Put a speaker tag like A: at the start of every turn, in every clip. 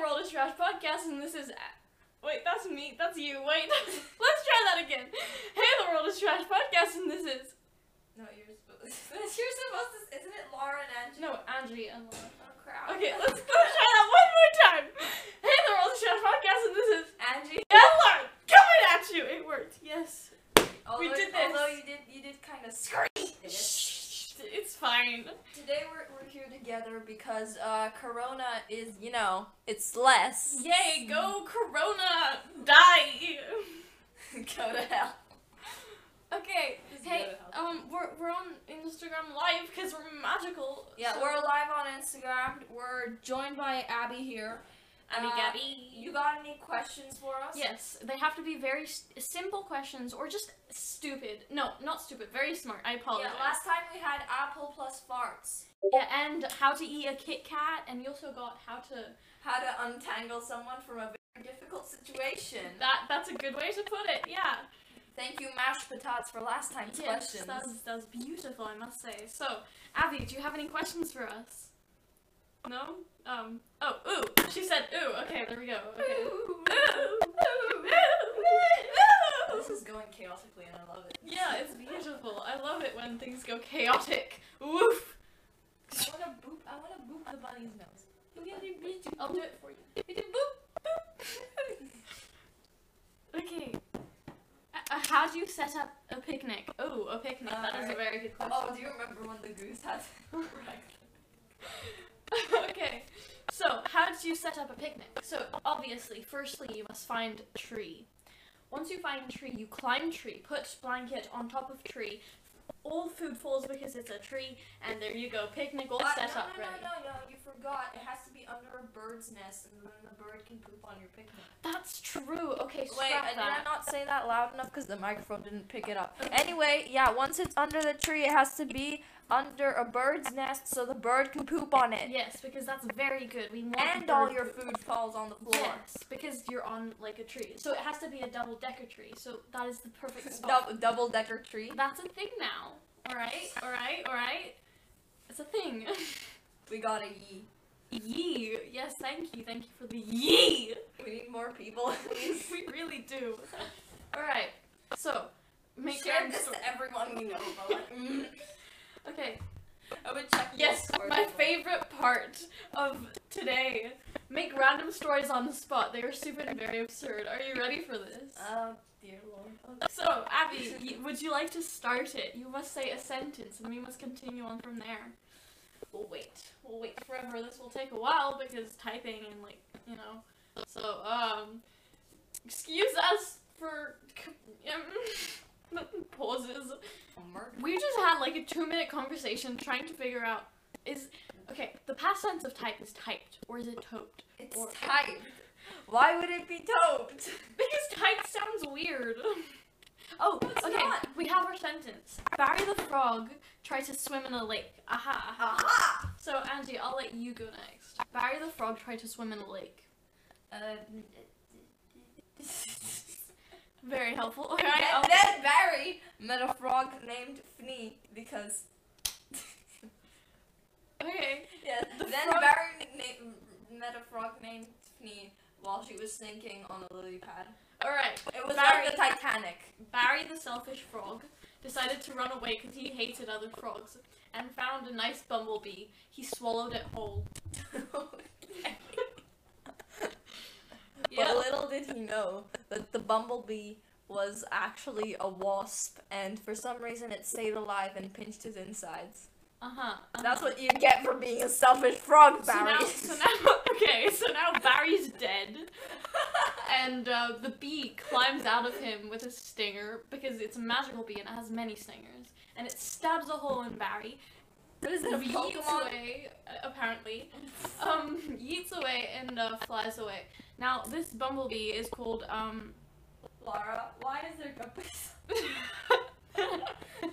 A: World is Trash podcast, and this is. Wait, that's me. That's you. Wait, let's try that again. Hey, the World is Trash podcast, and this is.
B: No, you're supposed. you're supposed to. Isn't it Laura and Angie?
A: No, Angie and Laura.
B: Oh crap.
A: Okay, let's go try that one more time. Hey, the World is Trash podcast, and this is.
B: Angie.
A: And Laura coming at you. It worked. Yes.
B: Although,
A: did this.
B: Although you did, you did kind of scream.
A: Shh, it's fine.
B: Today we're, we're here together because uh, Corona is, you know, it's less.
A: Yay, go Corona. Die.
B: go to hell.
A: Okay.
B: Just
A: Hey,
B: go to hell.
A: um, we're we're on Instagram live because we're magical.
B: Yeah,
A: so-
B: we're live on Instagram. We're joined by Abby here.
A: Abby
B: uh,
A: Gabby.
B: You got any questions for us?
A: Yes, they have to be very s simple questions or just stupid. No, not stupid. Very smart. I apologize.
B: Yeah, last time we had apple plus farts.
A: Yeah, and how to eat a Kit Kat, and you also got how to.
B: How to untangle someone from a very difficult situation.
A: That that's a good way to put it. Yeah.
B: Thank you, mashed potatoes, for last time's
A: Yes,
B: questions.
A: that's that's beautiful. I must say. So, Abby, do you have any questions for us? No. Um. Oh. Ooh. She said. Ooh. Okay. There we go. Okay.
B: This is going chaotically and I love it.
A: Yeah, it's beautiful. I love it when things go chaotic. Woof.
B: I wanna boop I wanna boop the bunny's nose.
A: I'll do it for you. Boop, boop. Okay. Uh, uh, how do you set up a picnic? Oh, a picnic.
B: Uh,
A: that is a very good question.
B: Oh, do you remember when the goose had
A: okay. So, how do you set up a picnic? So, obviously, firstly, you must find tree. Once you find tree, you climb tree, put blanket on top of tree. All food falls because it's a tree, and there you go. Picnic all
B: Uh,
A: set
B: no,
A: up
B: no,
A: ready.
B: no, no, no, you forgot. It has to be under a bird's nest and then the bird can poop on your picnic.
A: That's true. Okay,
B: Wait,
A: scrap
B: did I
A: that.
B: not say that loud enough because the microphone didn't pick it up? Anyway, yeah, once it's under the tree, it has to be under a bird's nest so the bird can poop on it.
A: Yes, because that's very good. We want
B: And
A: bird
B: all your
A: poop.
B: food falls on the floor.
A: Yes, because you're on like a tree, so it has to be a double decker tree. So that is the perfect spot.
B: Dou- double decker tree.
A: That's a thing now. All right, all right, all right. It's a thing.
B: We got a yee.
A: yee. Yes, thank you, thank you for the yee.
B: We need more people.
A: we really do. All right. So make
B: Share
A: random
B: this
A: story.
B: to everyone we know. But like, mm,
A: Okay.
B: I would check.
A: Yes,
B: Discord.
A: my favorite part of today. Make random stories on the spot. They are stupid and very absurd. Are you ready for this?
B: Oh dear lord. Oh,
A: So, Abby, y- would you like to start it? You must say a sentence, and we must continue on from there. We'll wait. We'll wait forever. This will take a while because typing and like you know. So, um, excuse us for c- um, pauses.
B: Murder.
A: We just had like a two-minute conversation trying to figure out is okay. The past tense of type is typed, or is it toped?
B: It's
A: Or-
B: typed. Why would it be toped?
A: Because type sounds weird. Oh,
B: It's
A: okay.
B: not.
A: We have our sentence. Barry the frog tried to swim in a lake. Aha, aha.
B: Aha!
A: So, Angie, I'll let you go next. Barry the frog tried to swim in a lake.
B: Uh,
A: Very helpful. Okay.
B: and
A: I'll-
B: then Barry met a frog named Fnee because.
A: okay.
B: yeah.
A: The
B: then
A: frog-
B: Barry na- met a frog named Fnee while she was sinking on a lily pad.
A: All right.
B: It was
A: Barry-
B: like the Titanic.
A: Barry the selfish frog decided to run away because he hated other frogs and found a nice bumblebee. He swallowed it whole.
B: But little did he know that the bumblebee was actually a wasp, and for some reason it stayed alive and pinched his insides.
A: Uh huh.
B: That's what you get for being a selfish frog,
A: So
B: Barry.
A: now, so now, okay, so now Barry's dead, and uh, the bee climbs out of him with a stinger because it's a magical bee and it has many stingers, and it stabs a hole in Barry,
B: what is it, a
A: yeets
B: Pokemon? Oh,
A: away, uh, apparently, um, yeets away and uh, flies away. Now this bumblebee is called um.
B: Laura, why is there guppies? I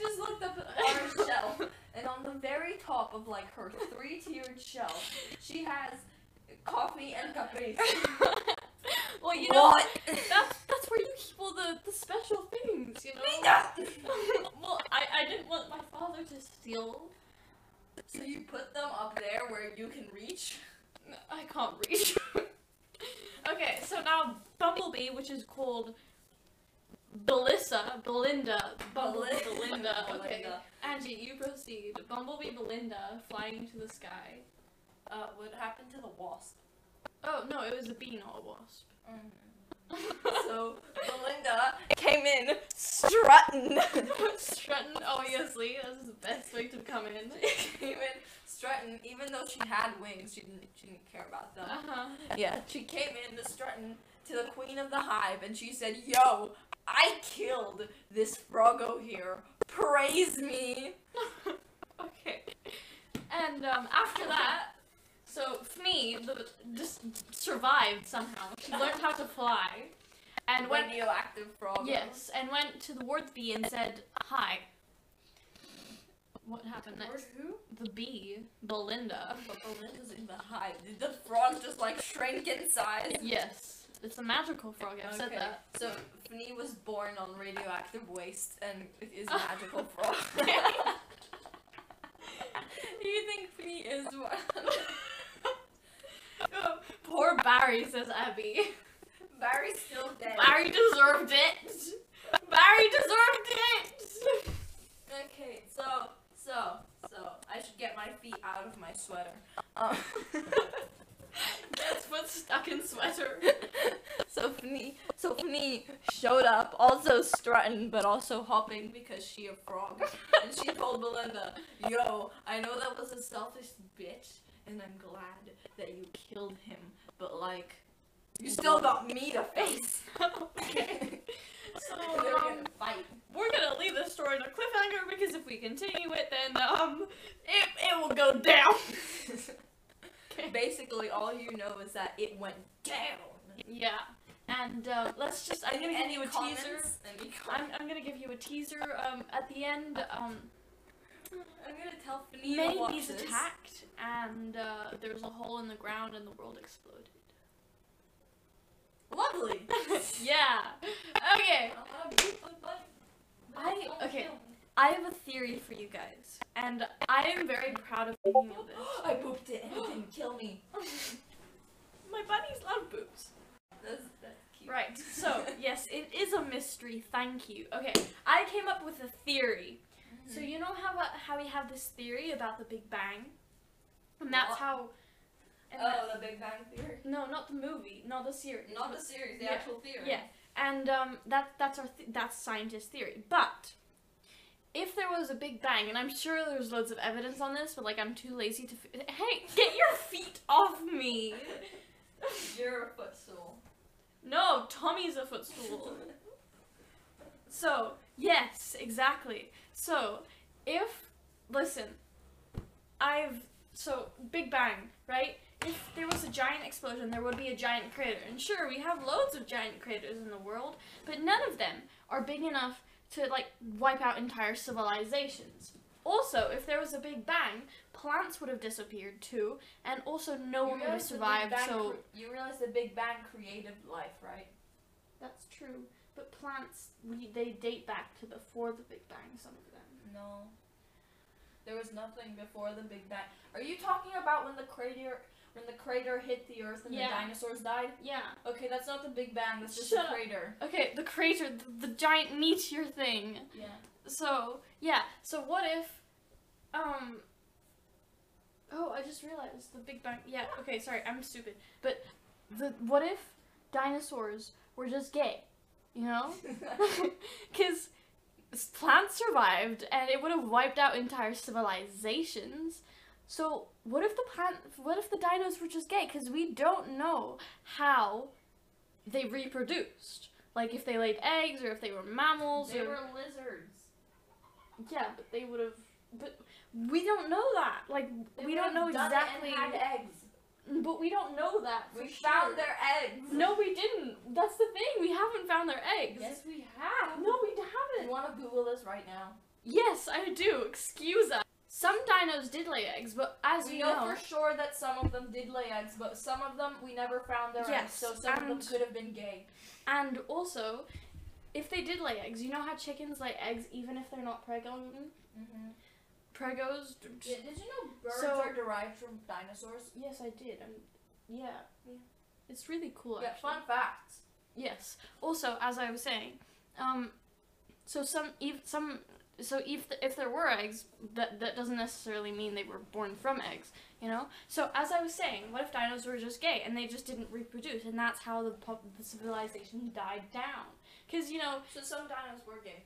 B: just looked up at Laura's shelf, and on the very top of like her three-tiered shelf, she has coffee and guppies.
A: well, you know
B: What?
A: that's that's where you keep all the the special things, you know. well, I, I didn't want my father to steal.
B: So you put them up there where you can reach?
A: I can't read. okay, so now Bumblebee, which is called Belissa, Belinda, Bumblebee,
B: Belinda.
A: Belinda. Okay,
B: Belinda.
A: Angie, you proceed. Bumblebee, Belinda, flying into the sky.
B: Uh, what happened to the wasp?
A: Oh no, it was a bee, not a wasp.
B: so Belinda came in strutting.
A: Stratton, obviously, that's the best way to come in.
B: came in strutting, even though she had wings, she didn't she didn't care about them.
A: Uh huh.
B: Yeah, she came in to strutting to the queen of the hive, and she said, "Yo, I killed this frogo here. Praise me."
A: okay. And um, after that, so Fmi the, just survived somehow. She learned how to fly, and went
B: radioactive frogo.
A: yes, and went to the ward bee and said hi. What happened next?
B: who?
A: The bee, Belinda.
B: But Belinda's in the hive. Did the frog just like shrink in size?
A: Yes, it's a magical frog. I've said
B: Okay,
A: that.
B: So Fni was born on radioactive waste and is a magical frog. Do you think Fni is one?
A: Oh, Poor Barry says Abby.
B: Barry's still dead.
A: Barry deserved it. Barry deserved it.
B: Okay, so so so I should get my feet out of my sweater. Um,
A: That's what's stuck in sweater.
B: so Fni so Fni showed up, also strutting but also hopping because she a frog. and she told Belinda, "Yo, I know that was a selfish bitch, and I'm glad that you killed him, but like, you still got me to face."
A: okay. So
B: They're gonna
A: um,
B: fight.
A: we're gonna leave this story in a cliffhanger because if we continue it, then um, it it will go down. Okay.
B: Basically, all you know is that it went down.
A: Yeah. And uh, let's just. I'm gonna give you a teaser.
B: Any
A: I'm, I'm gonna give you a teaser. Um, at the end, um,
B: I'm gonna tell Fanny to watch
A: Maybe's
B: this.
A: attacked, and uh, there was a hole in the ground, and the world exploded.
B: Lovely.
A: yeah. Okay.
B: I wanna be with Bunny.
A: I-
B: Don't
A: okay.
B: kill me.
A: I have a theory for you guys, and I am very proud of thinking of this.
B: I pooped it and it didn't kill me.
A: My bunnies love boobs.
B: That's, that's cute.
A: Right, so, yes, it is a mystery, thank you. Okay, I came up with a theory. So,
B: Hmm.
A: you know how, uh, how we have this theory about the Big Bang? And that's
B: What?
A: how. And
B: oh, the Big Bang Theory.
A: that- no, not the movie, not the series.
B: Not the series, the
A: Yeah.
B: actual theory.
A: Yeah, and um, that that's our th- that's scientist theory. But if there was a big bang, and I'm sure there's loads of evidence on this, but like I'm too lazy to. F- hey, get your feet off me!
B: You're a footstool.
A: No, Tommy's a footstool. So yes, exactly. So if listen, I've so Big Bang, right? If there was a giant explosion, there would be a giant crater. And sure, we have loads of giant craters in the world, but none of them are big enough to like wipe out entire civilizations. Also, if there was a Big Bang, plants would have disappeared too, and also no
B: You
A: one would have
B: realize the Big
A: survived.
B: Bang
A: So
B: cre- you realize the Big Bang created life, right?
A: that's true. But plants, we, they date back to before the Big Bang. Some of them.
B: No. There was nothing before the Big Bang. Are you talking about when the crater when the crater hit the earth and
A: Yeah.
B: the dinosaurs died?
A: Yeah.
B: Okay, that's not the Big Bang. That's just
A: Shut
B: the
A: up.
B: crater.
A: Okay, the crater, the, the giant meteor thing.
B: Yeah.
A: So yeah. So what if, um. Oh, I just realized the Big Bang. Yeah. Okay. Sorry, I'm stupid. But the what if dinosaurs were just gay? You know,
B: Oh.
A: because plants survived and it would have wiped out entire civilizations. So what if the plant? What if the dinos were just gay? Because we don't know how they reproduced. Like if they laid eggs or if they were mammals.
B: they
A: or...
B: were lizards.
A: Yeah, but they would have. But we don't know that. Like
B: They
A: we
B: would
A: don't
B: have
A: know
B: done it
A: exactly.
B: And had eggs.
A: But we don't know that.
B: We
A: for
B: found
A: sure.
B: their eggs.
A: No, we didn't. That's the thing. We haven't found their eggs.
B: Yes, we have.
A: No, we
B: You
A: haven't.
B: want to Google this right now?
A: Yes, I do. Excuse us. Some dinos did lay eggs, but as
B: we
A: you
B: know, for sure that some of them did lay eggs, but some of them we never found their eggs,
A: Yes,
B: so some of them
A: and-
B: could have been gay.
A: and also, if they did lay eggs, you know how chickens lay eggs even if they're not pregnant.
B: Mm-hmm.
A: Pregos.
B: Did, did you know birds
A: So-
B: are derived from dinosaurs?
A: Yes, I did. i yeah. It's really cool.
B: yeah,
A: actually.
B: fun fact.
A: Yes. Also, as I was saying, um, so some if some so if th if there were eggs, that that doesn't necessarily mean they were born from eggs, you know. So as I was saying, what if dinos were just gay and they just didn't reproduce, and that's how the pop- the civilization died down? Because you know,
B: So some dinos were gay.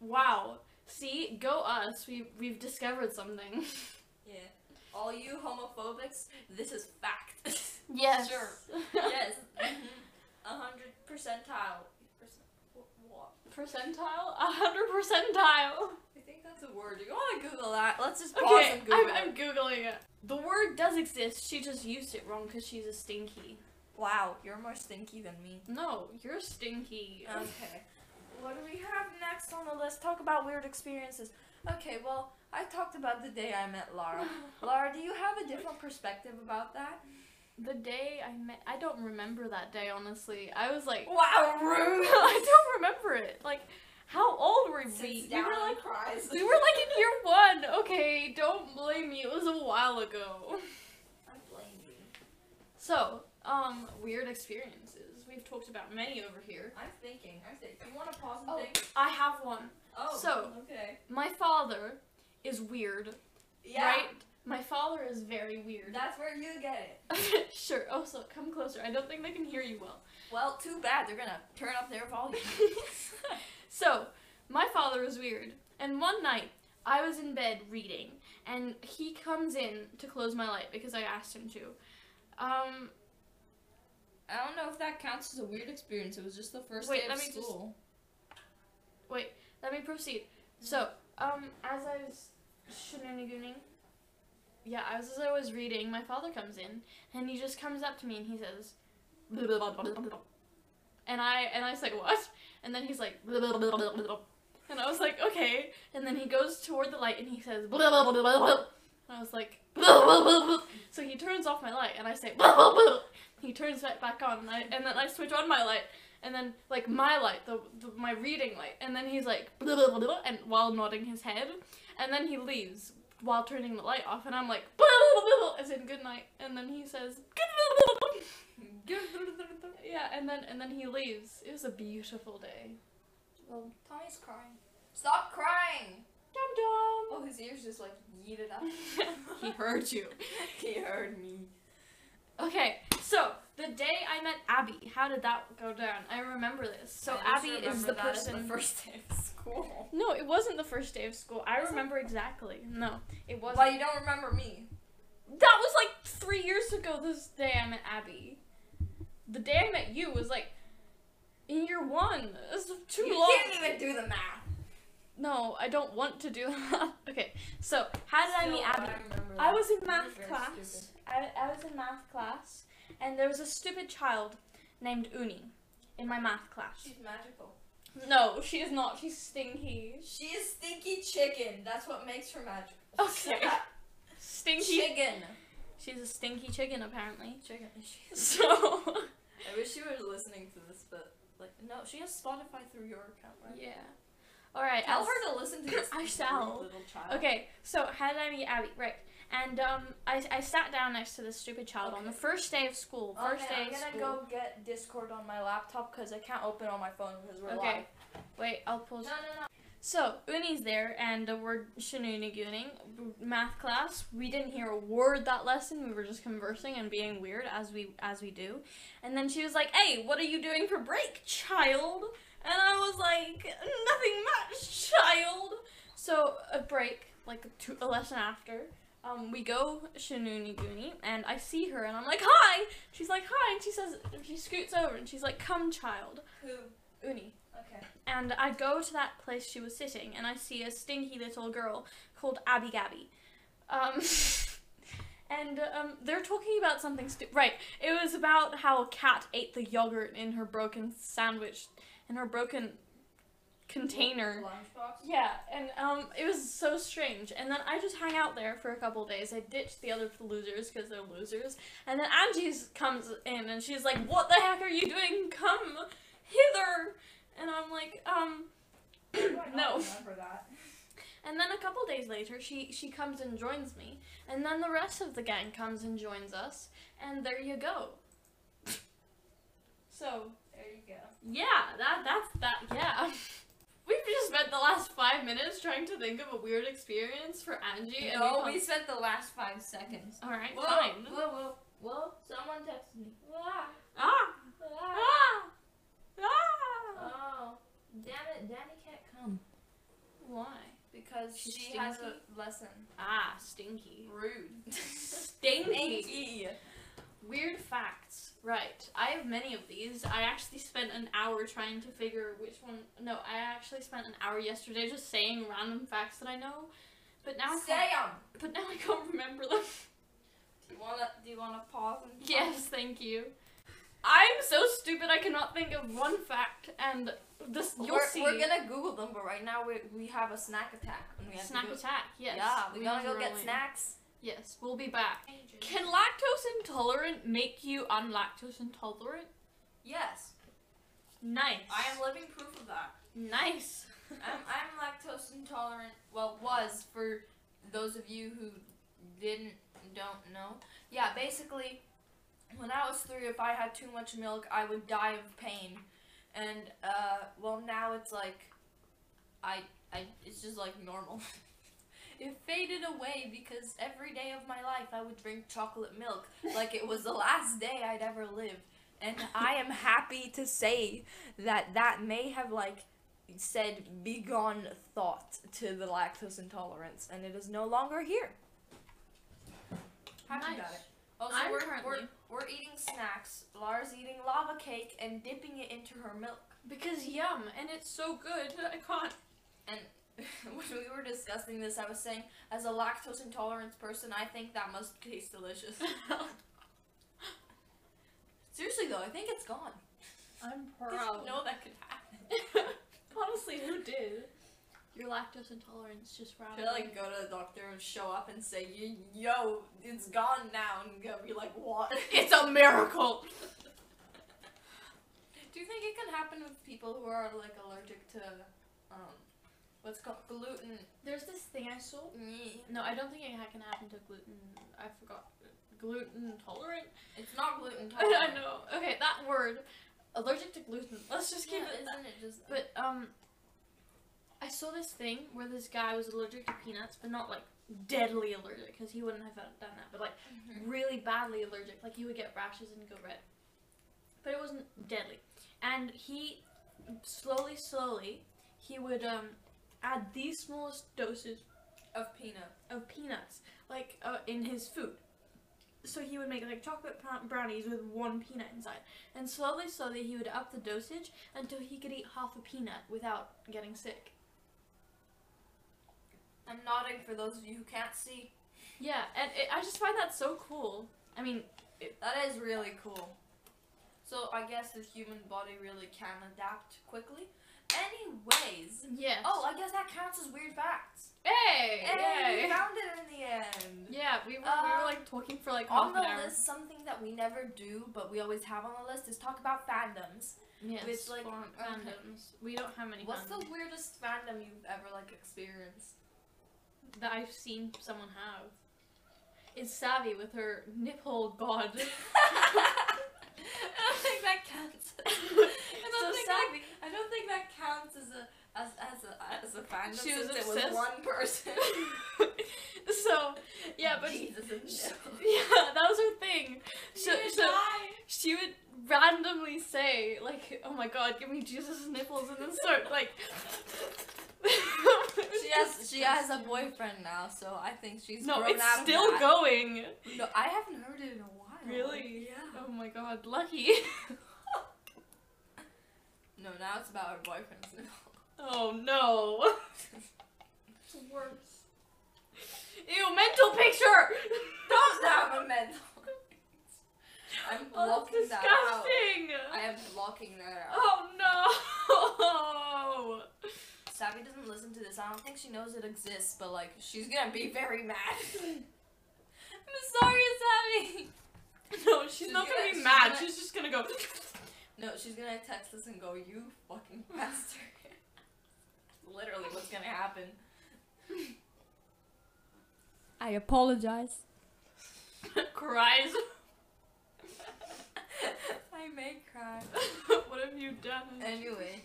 A: wow. See, go us. We we've discovered something.
B: Yeah. All you homophobics, this is fact.
A: Yes.
B: Sure. yes. A hundred percentile. Percent, wh- what?
A: Percentile. A hundred percentile.
B: I think that's a word. You want to Google that? Let's just pause
A: Okay,
B: and Google
A: I'm,
B: it.
A: I'm googling it. The word does exist. She just used it wrong because she's a stinky.
B: Wow, you're more stinky than me.
A: No, you're stinky.
B: Okay. What do we have next on the list? Talk about weird experiences. Okay, well, I talked about the day I met Laura. Laura, do you have a different perspective about that?
A: the day I met, I don't remember that day honestly. I was like,
B: Wow, rude.
A: I don't remember it. Like, how old were we?
B: Sits
A: We
B: down
A: were like,
B: and cries.
A: we were like in year one. Okay, don't blame me. It was a while ago.
B: I blame you.
A: So, um, weird experiences. We've talked about many over here.
B: I'm thinking. I'm thinking. You want to pause and
A: Oh,
B: think?
A: I have one.
B: Oh.
A: so-
B: Okay.
A: My father is weird,
B: Yeah.
A: right? My father is very weird.
B: That's where you get it.
A: sure. Also, come closer. I don't think they can hear you well.
B: Well, too bad. They're gonna turn up their volume.
A: so, my father was weird, and one night I was in bed reading, and he comes in to close my light because I asked him to. Um,
B: I don't know if that counts as a weird experience. It was just the first
A: Wait,
B: day of
A: let me just-
B: school.
A: let me proceed. So, um, as I was shenanigans, yeah, as I was reading, my father comes in, and he just comes up to me and he says, and I and I say what? And then he's like, and I was like, okay. And then he goes toward the light and he says, and I was like, so he turns off my light and I say, he turns it back on and, I, and then I switch on my light and then like my light, the, the my reading light, and then he's like and while nodding his head, and then he leaves while turning the light off, and I'm like as in good night, and then he says good yeah, and then and then he leaves. It was a beautiful day.
B: Well, Tommy's crying. Stop crying!
A: Dum
B: Oh, his ears just like yeeted up.
A: dum. he heard you.
B: he heard me.
A: Okay, so the day I met Abby, how did that go down? I remember this. So Abby is the person.
B: the first day of school.
A: no, it wasn't the first day of school. I remember exactly. No, it wasn't.
B: Well, you don't remember me.
A: That was like three years ago. This day I met Abby. The day I met you was like in year one. It's too
B: you
A: long.
B: didn't even do the math.
A: No, I don't want to do that. okay, so how did I meet Abby? I was in math class. I, I was in math class, and there was a stupid child named Uni in my math class.
B: She's magical.
A: No, she is not. She's stinky.
B: She is stinky chicken. That's what makes her magical.
A: Okay. Stinky.
B: chicken.
A: She's a stinky chicken, apparently.
B: Chicken.
A: So.
B: I wish she was listening to this, but like, no, she has Spotify through your account, right?
A: yeah. All right.
B: Tell
A: as-
B: her to listen to this.
A: I shall.
B: Little child.
A: Okay, so how did I meet Abby? Right. And um, I, I sat down next to this stupid child on the
B: Okay.
A: first day of school. First
B: okay,
A: day
B: I'm
A: of
B: gonna
A: school.
B: go get Discord on my laptop because I can't open on my phone because we're
A: Okay.
B: live.
A: Wait, I'll pull.
B: No, no, no.
A: So Uni's there, and uh, we're shenaniguning math class. We didn't hear a word that lesson. We were just conversing and being weird as we as we do. And then she was like, "Hey, what are you doing for break, child?" And I was like, "Nothing much, child." So a break, like two, a lesson after. Um, we go shenanigans, and I see her, and I'm like, "Hi." She's like, "Hi," and she says, she scoots over, and she's like, "Come, child,
B: Who?
A: Uni."
B: Okay.
A: and I go to that place she was sitting, and I see a stinky little girl called Abby Gabby. Um, and um, they're talking about something stupid. Right, it was about how a cat ate the yogurt in her broken sandwich, in her broken container.
B: Lunchbox.
A: Yeah, and um, it was so strange. And then I just hang out there for a couple days. I ditched the other losers because they're losers. And then Angie comes in and she's like, "What the heck are you doing? Come hither!" And I'm like, um,
B: Why do I not
A: no.
B: Remember that.
A: And then a couple days later, she she comes and joins me, and then the rest of the gang comes and joins us, and there you go. So
B: There you go.
A: yeah, that that's that yeah. We've just spent the last five minutes trying to think of a weird experience for Angie. and
B: no,
A: come-
B: we spent the last five seconds.
A: All right,
B: Whoa,
A: fine.
B: whoa, whoa, whoa! Someone texted me. Ah,
A: Ah,
B: ah.
A: ah, ah.
B: Oh, damn it! Danny can't come
A: Why?
B: because she
A: She's
B: has
A: stinky?
B: a lesson.
A: Ah, stinky.
B: Rude.
A: Stinky. Weird facts. Right. I have many of these. I actually spent an hour trying to figure which one. No, I actually spent an hour yesterday just saying random facts that I know, but now I
B: Say
A: can't,
B: 'em.
A: but now I can't remember them.
B: Do you wanna? Do you wanna pause and?
A: Yes, thank you. I'm so stupid I cannot think of one fact, and this you'll
B: we're,
A: see.
B: we're gonna Google them, but right now we we have a snack attack and we have
A: snack
B: to go.
A: attack. Yes.
B: Yeah, we,
A: have
B: gotta
A: to
B: go get
A: roll in.
B: snacks.
A: Yes, we'll be back. Can lactose intolerant make you unlactose intolerant?
B: Yes,
A: Nice.
B: I am living proof of that.
A: nice.
B: I'm, I'm lactose intolerant. Well, was for those of you who didn't don't know. Yeah, basically, when I was three, if I had too much milk, I would die of pain. And uh, well, now it's like, I I it's just like normal. it faded away because every day of my life I would drink chocolate milk like it was the last day I'd ever lived. And I am happy to say that that may have like said begone thought to the lactose intolerance, and it is no longer here. Happy
A: Nice.
B: about it. Also,
A: I'm
B: we're,
A: currently-
B: we're, we're eating snacks. Lara's eating lava cake and dipping it into her milk.
A: Because yum, and it's so good. I can't.
B: when we were discussing this, I was saying, as a lactose intolerance person, I think that must taste delicious. Seriously though, I think it's gone.
A: I'm
B: I
A: proud.
B: didn't know that could happen.
A: Honestly, who did? Your lactose intolerance just rather.
B: Should I like go to the doctor and show up and say, "Y- "Yo, it's gone now," and go be like, "What?"
A: it's a miracle.
B: Do you think it can happen with people who are like allergic to, um, what's called gluten?
A: There's this thing I saw. No, I don't think it ha- can happen to gluten. I forgot. Gluten tolerant.
B: It's not gluten
A: I, I know. Okay, that word. Allergic to gluten. Let's just keep
B: Yeah,
A: it.
B: isn't it just?
A: But um, I saw this thing where this guy was allergic to peanuts, but not like deadly allergic, because he wouldn't have done that. But like really badly allergic, like he would get rashes and go red. But it wasn't deadly. And he slowly, slowly, he would um, add the smallest doses
B: of peanut.
A: of peanuts, like uh, in his food. So he would make like chocolate pla- brownies with one peanut inside, and slowly, slowly he would up the dosage until he could eat half a peanut without getting sick.
B: I'm nodding for those of you who can't see.
A: Yeah, and it, I just find that so cool. I mean,
B: That is really cool. So I guess the human body really can adapt quickly. Anyways.
A: yes.
B: Oh, I guess that counts as weird facts.
A: hey,
B: Hey,
A: yay.
B: we found it in the end.
A: Yeah, we were, we
B: Um,
A: were like talking for like half
B: On
A: an
B: the
A: hour.
B: list, something that we never do, but we always have on the list is talk about fandoms.
A: yes,
B: with, like,
A: fan-
B: okay.
A: fandoms. We don't have many
B: What's the
A: fandoms
B: weirdest fandom you've ever like experienced?
A: that I've seen someone have. It's Savvy with her nipple god.
B: I don't think that counts. I don't,
A: So
B: think
A: savvy.
B: That, I don't think that counts as a as as a as a fandom
A: She was
B: since it was
A: obsessed.
B: one person.
A: so, yeah, but
B: Jesus
A: sh-
B: and no.
A: yeah, that was her thing. So,
B: She would
A: so
B: die.
A: she would randomly say like, "Oh my God, give me Jesus' nipples," and then start like.
B: She has she has a boyfriend now, so I think she's
A: No,
B: grown
A: it's
B: out of
A: still
B: that.
A: going.
B: No, I haven't heard it in a while.
A: Really?
B: Yeah.
A: Oh my God, lucky.
B: No, now it's about her boyfriend's nipple.
A: Oh no. It's worse. Ew, mental picture!
B: Don't have a mental. I'm
A: Oh, that's
B: blocking that out.
A: disgusting!
B: I am blocking that out.
A: Oh no!
B: Savvy doesn't listen to this. I don't think she knows it exists, but like she's gonna be very mad. I'm sorry, Savvy.
A: No, she's,
B: She's
A: not gonna,
B: gonna-
A: be
B: she's
A: mad,
B: gonna-
A: she's just gonna go.
B: No, she's gonna text us and go, "You fucking bastard." Literally, what's gonna happen?
C: I apologize.
A: Cries.
B: I may cry.
A: what have you done?
B: Anyway,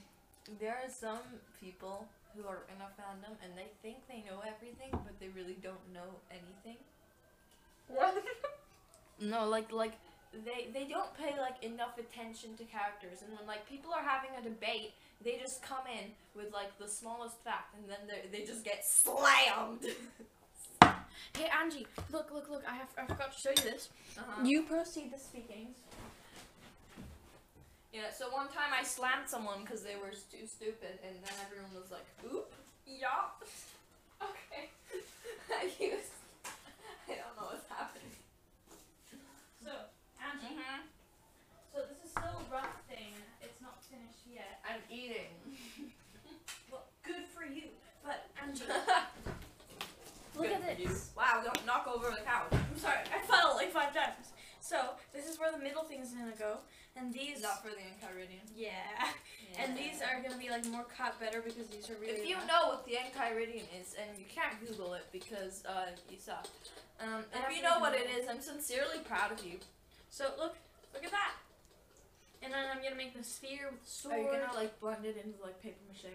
B: there are some people who are in a fandom and they think they know everything, but they really don't know anything.
A: What?
B: No, like like they they don't pay like enough attention to characters, and when like people are having a debate, they just come in with like the smallest fact, and then they they just get slammed.
A: Hey Angie, look, look, look! I have I forgot to show you this. Um,
B: Uh-huh.
C: You proceed the speaking.
B: Yeah, so one time I slammed someone because they were too stupid, and then everyone was like, oop, yup. Okay. I used. I don't know what's happening.
A: So Angie, so this is still a rough thing. It's not finished yet.
B: I'm eating.
A: Well, good for you, but Angie, look
B: Good
A: at
B: for you.
A: this.
B: Wow, don't knock over the couch.
A: I'm sorry, I fell like five times. So this is where the middle thing is gonna go, and these.
B: Not for the Enchiridion.
A: Yeah. and these are gonna be like more cut better because these are really.
B: If you
A: rough.
B: know what the Enchiridion is, and you can't Google it because uh, you suck. Um, if you know what it is, I'm sincerely proud of you.
A: So look, look at that. And then I'm gonna make the sphere with the sword.
B: like blend it into like paper mache?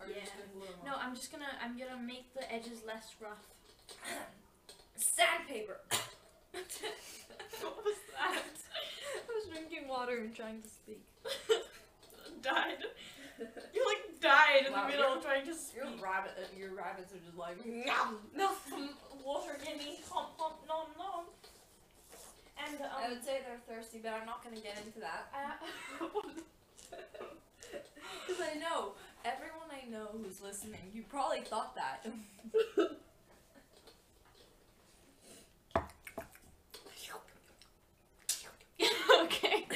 B: Or you just
A: Yeah.
B: gonna glue them on?
A: no, I'm just gonna I'm gonna make the edges less rough.
B: Sandpaper.
A: what was that?
B: I was drinking water and trying to speak.
A: died. You like died
B: in the Wow, middle
A: of trying to
B: Your rabbit, uh, your rabbits are just like.
A: No water, gimme, hom hom nom nom. And
B: I
A: um,
B: would say they're thirsty, but I'm not gonna get into
A: Oh.
B: that because I know everyone I know who's listening. You probably thought that.
A: okay.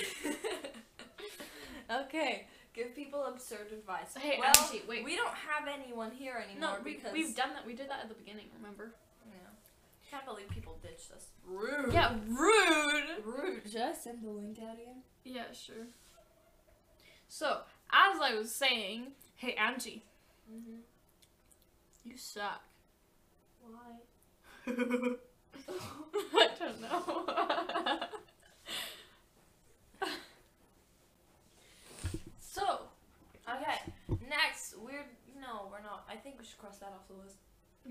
B: okay, give people absurd advice.
A: Hey,
B: well,
A: Angie, wait.
B: we don't have anyone here
A: No,
B: anymore
A: we,
B: because
A: we've done that. We did that at the beginning. Remember?
B: Yeah. Can't believe people ditched us. Rude.
A: Yeah, rude.
B: Rude.
C: Should I send the link out again?
A: Yeah, sure. So, as I was saying, hey Angie,
B: Mm-hmm.
A: you suck.
B: Why?
A: I don't know.
B: So, okay, next we're no, we're not. I think we should cross that off the list.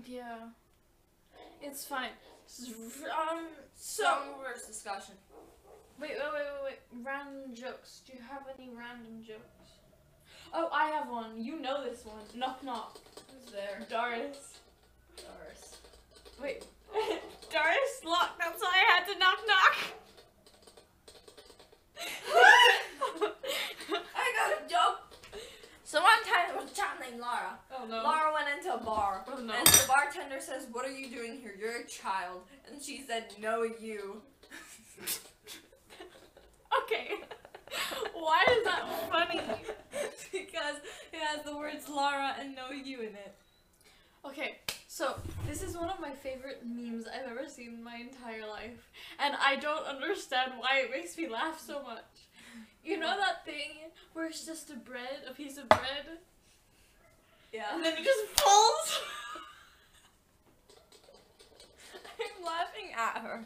A: yeah, it's fine. S- Um, so
B: Songverse discussion.
A: wait, wait, wait, wait, wait. Random jokes. Do you have any random jokes? Oh, I have one. You know this one. Knock knock.
B: Who's there?
A: Doris.
B: Doris.
A: Wait. Doris locked. That's why I had to knock knock.
B: I got a joke. So one time I was channeling Laura.
A: oh no.
B: Laura went into a bar.
A: Oh no.
B: And the bartender says, What are you doing here? You're a child. And she said, No, you.
A: Okay. Why is that funny?
B: because it has the words Laura and no you in it.
A: Okay, so this is one of my favorite memes I've ever seen in my entire life, and I don't understand why it makes me laugh so much. You know that thing where it's just a bread, a piece of bread, and
B: Yeah.
A: then it just falls?
B: I'm laughing at her.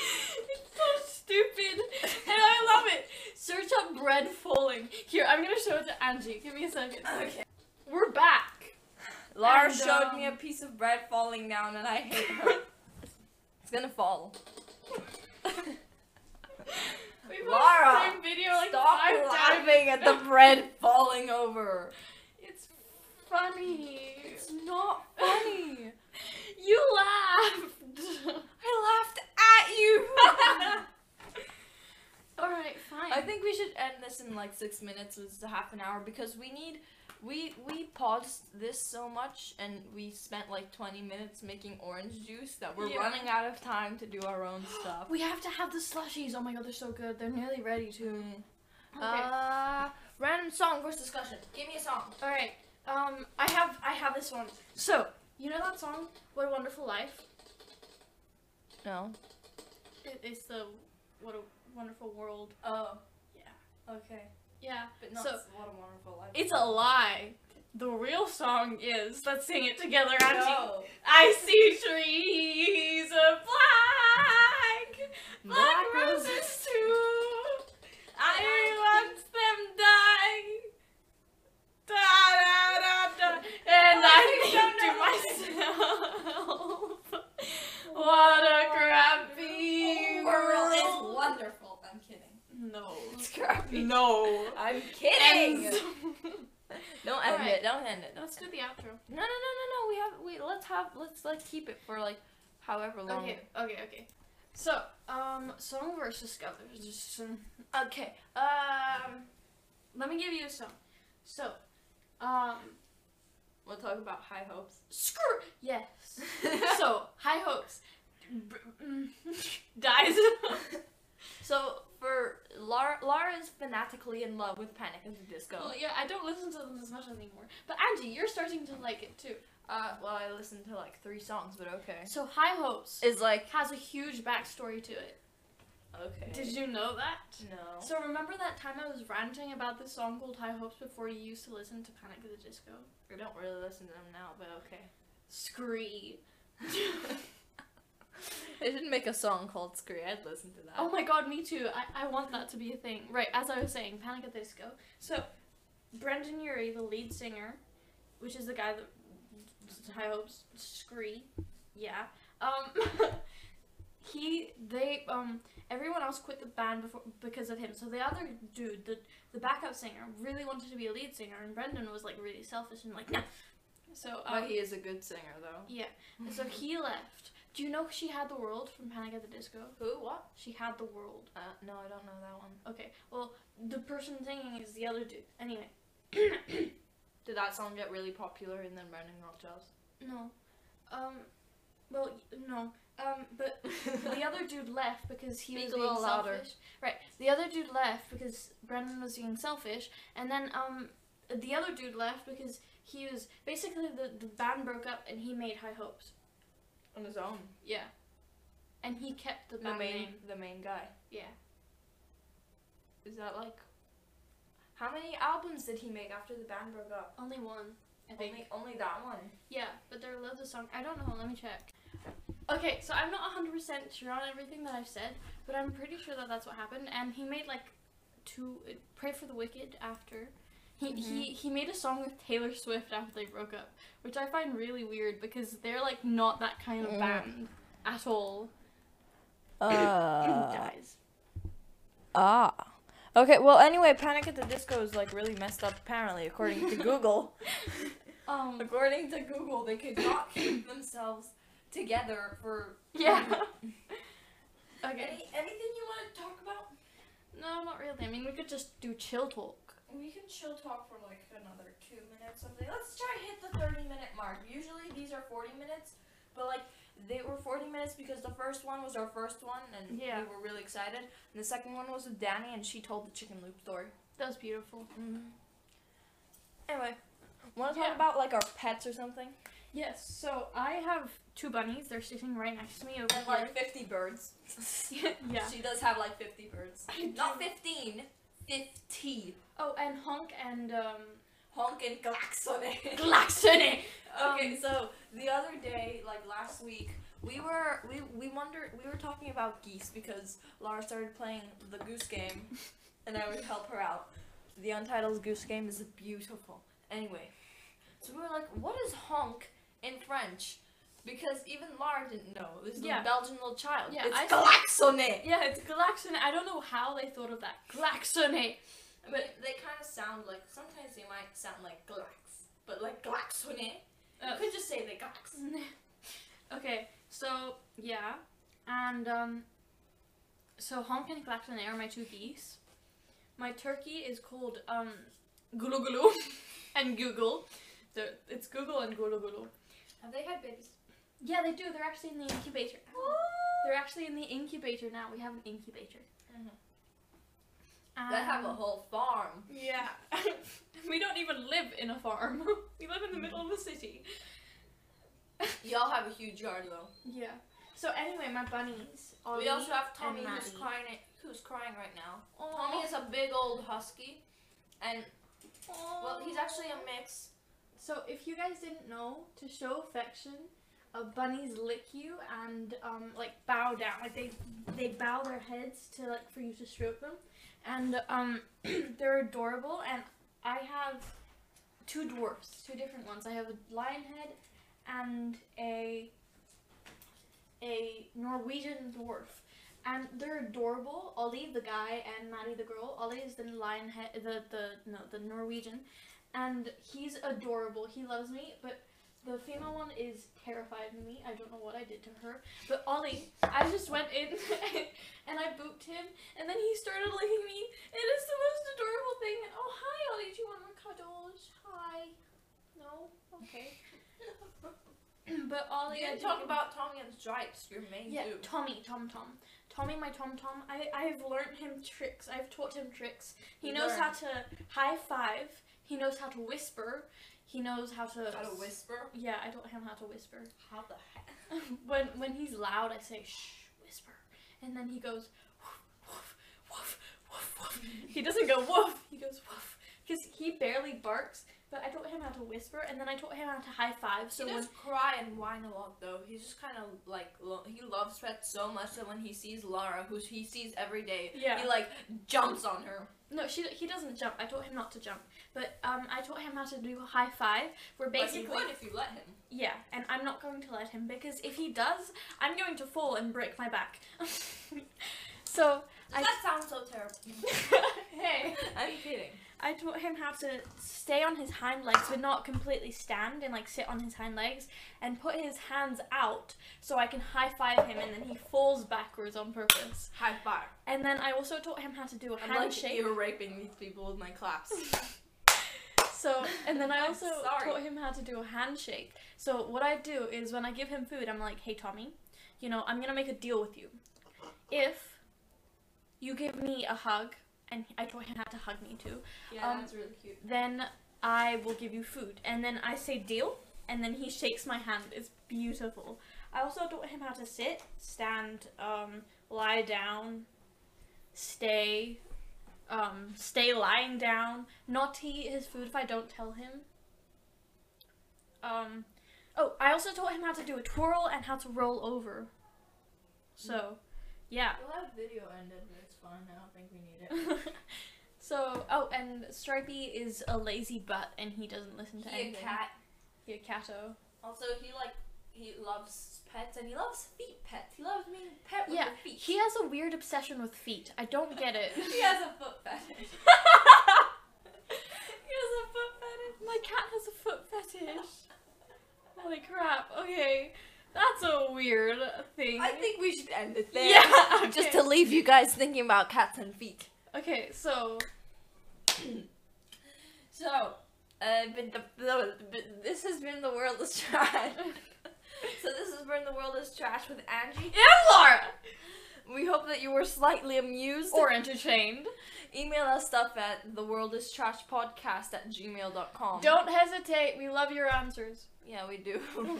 A: it's so stupid, and I love it. Search up bread falling. Here, I'm gonna show it to Angie. Give me a second.
B: Okay.
A: We're back.
B: Laura
A: And,
B: showed
A: um,
B: me a piece of bread falling down and I hate her. it's gonna fall.
A: We watched
B: Laura,
A: the same video like
B: Stop
A: five times.
B: laughing at the bread falling over.
A: It's funny.
B: It's not funny.
A: You laughed.
B: I laughed at you.
A: All right, fine.
B: I think we should end this in like six minutes, which is a half an hour, because we need. We we paused this so much, and we spent like twenty minutes making orange juice that we're
A: Yeah.
B: running out of time to do our own stuff.
A: we have to have the slushies. Oh my god, they're so good. They're nearly ready too.
B: Mm. Uh, random song versus discussion. Give me a song.
A: All right. Um, I have I have this one. So you know that song, "What a Wonderful Life."
B: No.
A: It- It's the "What a Wonderful World."
B: Oh.
A: Yeah.
B: Okay.
A: Yeah.
B: But
A: So-
B: what a wonderful life.
A: It's a lie. The real song is let's sing it together, Auntie.
B: No.
A: I see trees of black, black roses too. I watch them die. Da da da da. And I think to myself, what a crappy
B: World is
A: world.
B: wonderful. I'm kidding.
A: No.
B: It's crappy.
A: No.
B: I'm kidding.
A: And-
B: Don't end
A: Alright.
B: it. Don't end it. Don't
A: Let's do the outro.
B: No, no, no, no, no. We have. We let's have. Let's like keep it for like, however long.
A: Okay, okay, okay. So, um, song versus cover. Just some. Okay, um, let me give you a song. So, um,
B: We'll talk about high hopes.
A: screw. Yes. so, High Hopes b- mm, dies.
B: so for Lara, Lara is fanatically in love with Panic at the Disco.
A: well, yeah, I don't listen to them as much anymore. But Angie, you're starting to like it too.
B: Uh, well, I listened to like three songs, but okay.
A: So, High Hopes
B: Is like
A: has a huge backstory to it.
B: okay.
A: Did you know that?
B: No.
A: So remember that time I was ranting about this song called High Hopes before you used to listen to Panic at the Disco?
B: I don't really listen to them now, but okay.
A: Scree.
B: They didn't make a song called Scree. I'd listen to that.
A: Oh my god, me too. I, I want that to be a thing. Right, as I was saying, Panic at the Disco. So, Brendan Urie, the lead singer, which is the guy that High Hopes Scree, yeah. Um, he they um everyone else quit the band before because of him. So the other dude, the the backup singer, really wanted to be a lead singer, and Brendan was like really selfish and like no. So um,
B: But Uh, he is a good singer though.
A: yeah, so he left. Do you know she had the world from Panic at the Disco?
B: Who? What?
A: She had the world.
B: Uh, no, I don't know that one.
A: Okay, well, the person singing is the other dude. Anyway,
B: Did that song get really popular and then Brandon got jealous?
A: no. Um, well, y- no. Um, but the other dude left because he
B: Speak
A: was
B: a
A: being
B: little louder.
A: selfish. Right, the other dude left because Brandon was being selfish, and then, um, the other dude left because he was basically the, the band broke up and he made High Hopes.
B: On his own.
A: Yeah. And he kept the
B: The
A: band
B: main,
A: name.
B: the main guy.
A: Yeah.
B: Is that like? How many albums did he make after the band broke up?
A: Only one, I think.
B: Only, only that one.
A: Yeah, but there are loads of songs. I don't know. Let me check. Okay, so I'm not 100% sure on everything that I've said, but I'm pretty sure that that's what happened. And he made like two uh, Pray for the Wicked after. He, he he made a song with Taylor Swift after they broke up, which I find really weird because they're like not that kind of
C: Mm.
A: band at all.
B: Uh,
A: Guys.
B: ah. Okay, well, anyway, Panic at the Disco is like really messed up, apparently, according to Google.
A: Um
B: according to Google, they could not keep themselves together for
A: yeah. okay.
B: any, anything you want to talk about.
A: No, not really. I mean, we could just do chill talk.
B: We can chill talk for like another two minutes, something. Let's try to hit the 30 minute mark. Usually these are 40 minutes, but like they were 40 minutes because the first one was our first one and
A: Yeah.
B: we were really excited. And the second one was with Danny and she told the chicken loop story.
A: That was beautiful.
B: Mm-hmm. Anyway, want to
A: Yeah.
B: talk about like our pets or something?
A: Yes, so I have two bunnies. They're sitting right next to me over
B: And like 50 birds.
A: here. yeah.
B: She does have like 50 birds.
A: I
B: Not
A: do.
B: 15, 50.
A: Oh, and Honk and um,
B: Honk and klaxon.
A: Glaxony.
B: Okay,
A: Um,
B: so the other day, like last week, we were we we wondered we were talking about geese because Lara started playing the goose game, and I would help her out. The Untitled Goose Game is beautiful. Anyway, so we were like, what is honk in French? Because even Lara didn't know. This is
A: Yeah.
B: a Belgian little child.
A: Yeah,
B: it's
A: I-
B: klaxonné.
A: Yeah, it's Glaxony. I don't know how they thought of that. Glaxony.
B: I mean, they kind of sound like sometimes they might sound like glax, but like klaxonné.
A: Uh,
B: you could just say they glax.
A: okay, so yeah, and um, so Honk and Glaxony are my two geese. My turkey is called um, Gulu Gulu and Google. So it's Google and Gulu Gulu.
B: Have they had babies?
A: Yeah, they do. They're actually in the incubator. They're actually in the incubator now. We have an incubator.
B: Mhm.
A: Um,
B: They have a whole farm.
A: Yeah. we don't even live in a farm. we live in the middle of a city.
B: Y'all have a huge yard though.
A: Yeah. So anyway, my bunnies.
B: we also have Tommy
A: and
B: who's
A: Maddie.
B: crying who's crying right now.
A: Aw.
B: Tommy is a big old husky and well he's actually a mix
A: So if you guys didn't know, to show affection, uh, bunnies lick you and um, like bow down. Like they they bow their heads to like for you to stroke them, and um, they're adorable. And I have two dwarfs, two different ones. I have a lion head and a a Norwegian dwarf. And they're adorable. Ollie, the guy, and Maddie, the girl. Ollie is the lion head, the the no, the Norwegian, and he's adorable. He loves me, but the female one is terrified of me. I don't know what I did to her. But Ollie, I just went in and I booped him, and then he started licking me. It is the most adorable thing. And oh, hi, Ollie. Do you want more cuddles? Hi. No? Okay. but Ollie.
B: You
A: I
B: didn't
A: did
B: talk
A: give-
B: about Tommy and Stripes, your main
A: yeah,
B: dude.
A: Tommy, Tom Tom. Tommy, my Tom Tom. I, I've learned him tricks. I've taught him tricks. He
B: You
A: knows
B: learned.
A: how to high five. He knows how to whisper. He knows how to.
B: How to whisper?
A: Yeah, I taught him how to whisper.
B: How the heck?
A: when when he's loud, I say shh, whisper, and then he goes woof woof woof woof woof. He doesn't go woof. He goes woof because he barely barks. But I taught him how to whisper, and then I taught him how to high five. So
B: he
A: when
B: does cry and whine a lot though. He's just kind of like lo- he loves Pet so much that when he sees Lara, who he sees every day,
A: Yeah.
B: he like jumps on her.
A: No, she he doesn't jump. I taught him not to jump, but um, I taught him how to do high five. Where basically,
B: but he would if you let him.
A: yeah, and I'm not going to let him because if he does, I'm going to fall and break my back. so I-
B: that sounds so terrible.
A: hey,
B: I'm kidding.
A: I taught him how to stay on his hind legs, but not completely stand and like sit on his hind legs, and put his hands out so I can high five him, and then he falls backwards on purpose.
B: High five.
A: And then I also taught him how to do a
B: I'm like
A: handshake.
B: you're raping these people with my claps.
A: So, and then I
B: I'm
A: also
B: sorry.
A: taught him how to do a handshake. So, what I do is when I give him food, I'm like, hey, Tommy, you know, I'm gonna make a deal with you. If you give me a hug, and I taught him how to hug me too,
B: yeah,
A: Um,
B: that's really cute.
A: then I will give you food. And then I say deal, and then he shakes my hand. It's beautiful. I also taught him how to sit, stand, um, lie down, stay, um, stay lying down, not to eat his food if I don't tell him. Um, oh, I also taught him how to do a twirl and how to roll over. So, yeah.
B: We'll have video ended, but it's fine. I don't think we need it.
A: so, oh, and Stripey is a lazy butt and he doesn't listen to
B: He a
A: anything.
B: cat.
A: He a catto.
B: Also, he like he loves pets and he loves feet pets. He loves being pet with
A: Yeah,
B: your feet.
A: he has a weird obsession with feet. I don't get it.
B: he has a foot fetish.
A: He has a foot fetish. My cat has a foot fetish. Holy crap. Okay. That's a weird thing.
B: I think we should end it
A: there.
B: there.
A: Yeah,
B: Just
A: okay.
B: to leave you guys thinking about cats and feet.
A: Okay, so
B: So, uh, but the, the, but this has been the world is trash. so this has been the world is trash with Angie.
A: and Laura
B: We hope that you were slightly amused.
A: or entertained.
B: email us stuff at the world is trash podcast at gmail.com.
A: Don't hesitate. We love your answers.
B: Yeah, we do.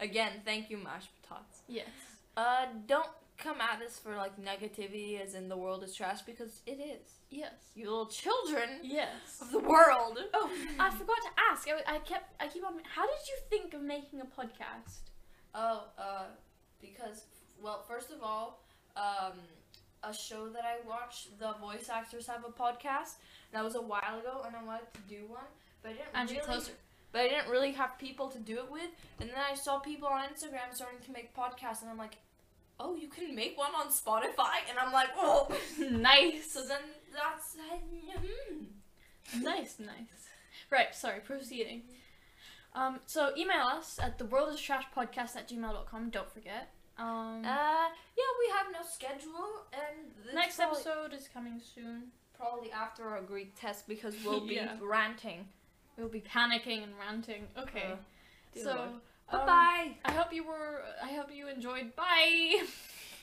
B: Again, thank you, Mash Potatoes.
A: Yes.
B: Uh, don't come at us for like negativity, as in the world is trash, because it is.
A: Yes.
B: You little children
A: Yes.
B: of the world.
A: Oh, I forgot to ask. I, I kept. I keep on. How did you think of making a podcast?
B: Oh, uh, because well, first of all, um, a show that I watched, the voice actors have a podcast. That was a while ago, and I wanted to do one, but I didn't
A: Andrew,
B: really.
A: closer.
B: But I didn't really have people to do it with, and then I saw people on Instagram starting to make podcasts, and I'm like, oh, you can make one on Spotify, and I'm like, oh.
A: nice.
B: So then that's hmm.
A: nice, nice. Right, sorry, proceeding. Um, so email us at the world is trash podcast at gmail.com, don't forget. Um,
B: Uh, yeah, we have no schedule, and this
A: next
B: probably,
A: episode is coming soon.
B: probably after our Greek test because we'll be
A: Yeah.
B: ranting. Uh,
A: We'll be panicking and ranting. Okay.
B: dear
A: so
B: Lord.
A: um,
B: Bye bye.
A: I hope you were I hope you enjoyed. Bye.